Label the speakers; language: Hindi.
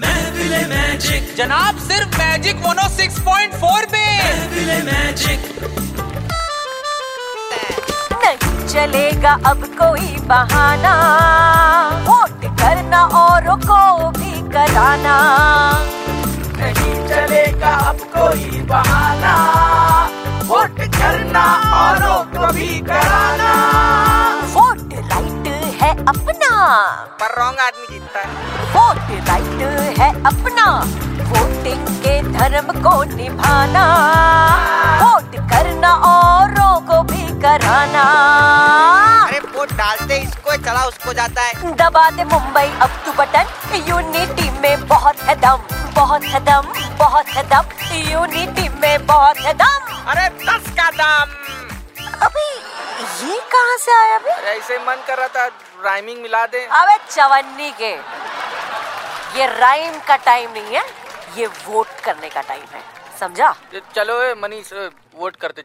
Speaker 1: महफिल मैजिक
Speaker 2: जनाब सिर्फ oh मैजिक मोनो 6.4 पे
Speaker 1: महफिल मैजिक
Speaker 3: नहीं चलेगा अब कोई बहाना वोट करना औरों को भी कराना
Speaker 4: नहीं चलेगा अब कोई बहाना वोट करना औरों को भी कराना
Speaker 3: वोट राइट है अपना
Speaker 4: पर रॉन्ग आदमी जीतता है
Speaker 3: वोट राइट है अपना वोटिंग के धर्म को निभाना वोट करना औरों को भी कराना
Speaker 4: अरे वोट डालते इसको चला उसको जाता है
Speaker 3: दबा दे मुंबई अब तू बटन यूनिटी में बहुत है दम बहुत है दम बहुत है दम यूनिटी में बहुत है दम
Speaker 4: अरे दस का दाम
Speaker 3: अबे ये कहाँ से आया अबे
Speaker 4: ऐसे मन कर रहा था राइमिंग मिला दे
Speaker 3: अबे चवन्नी के ये राइम का टाइम नहीं है ये वोट करने का टाइम है समझा
Speaker 4: चलो ए, मनीष ए, वोट करते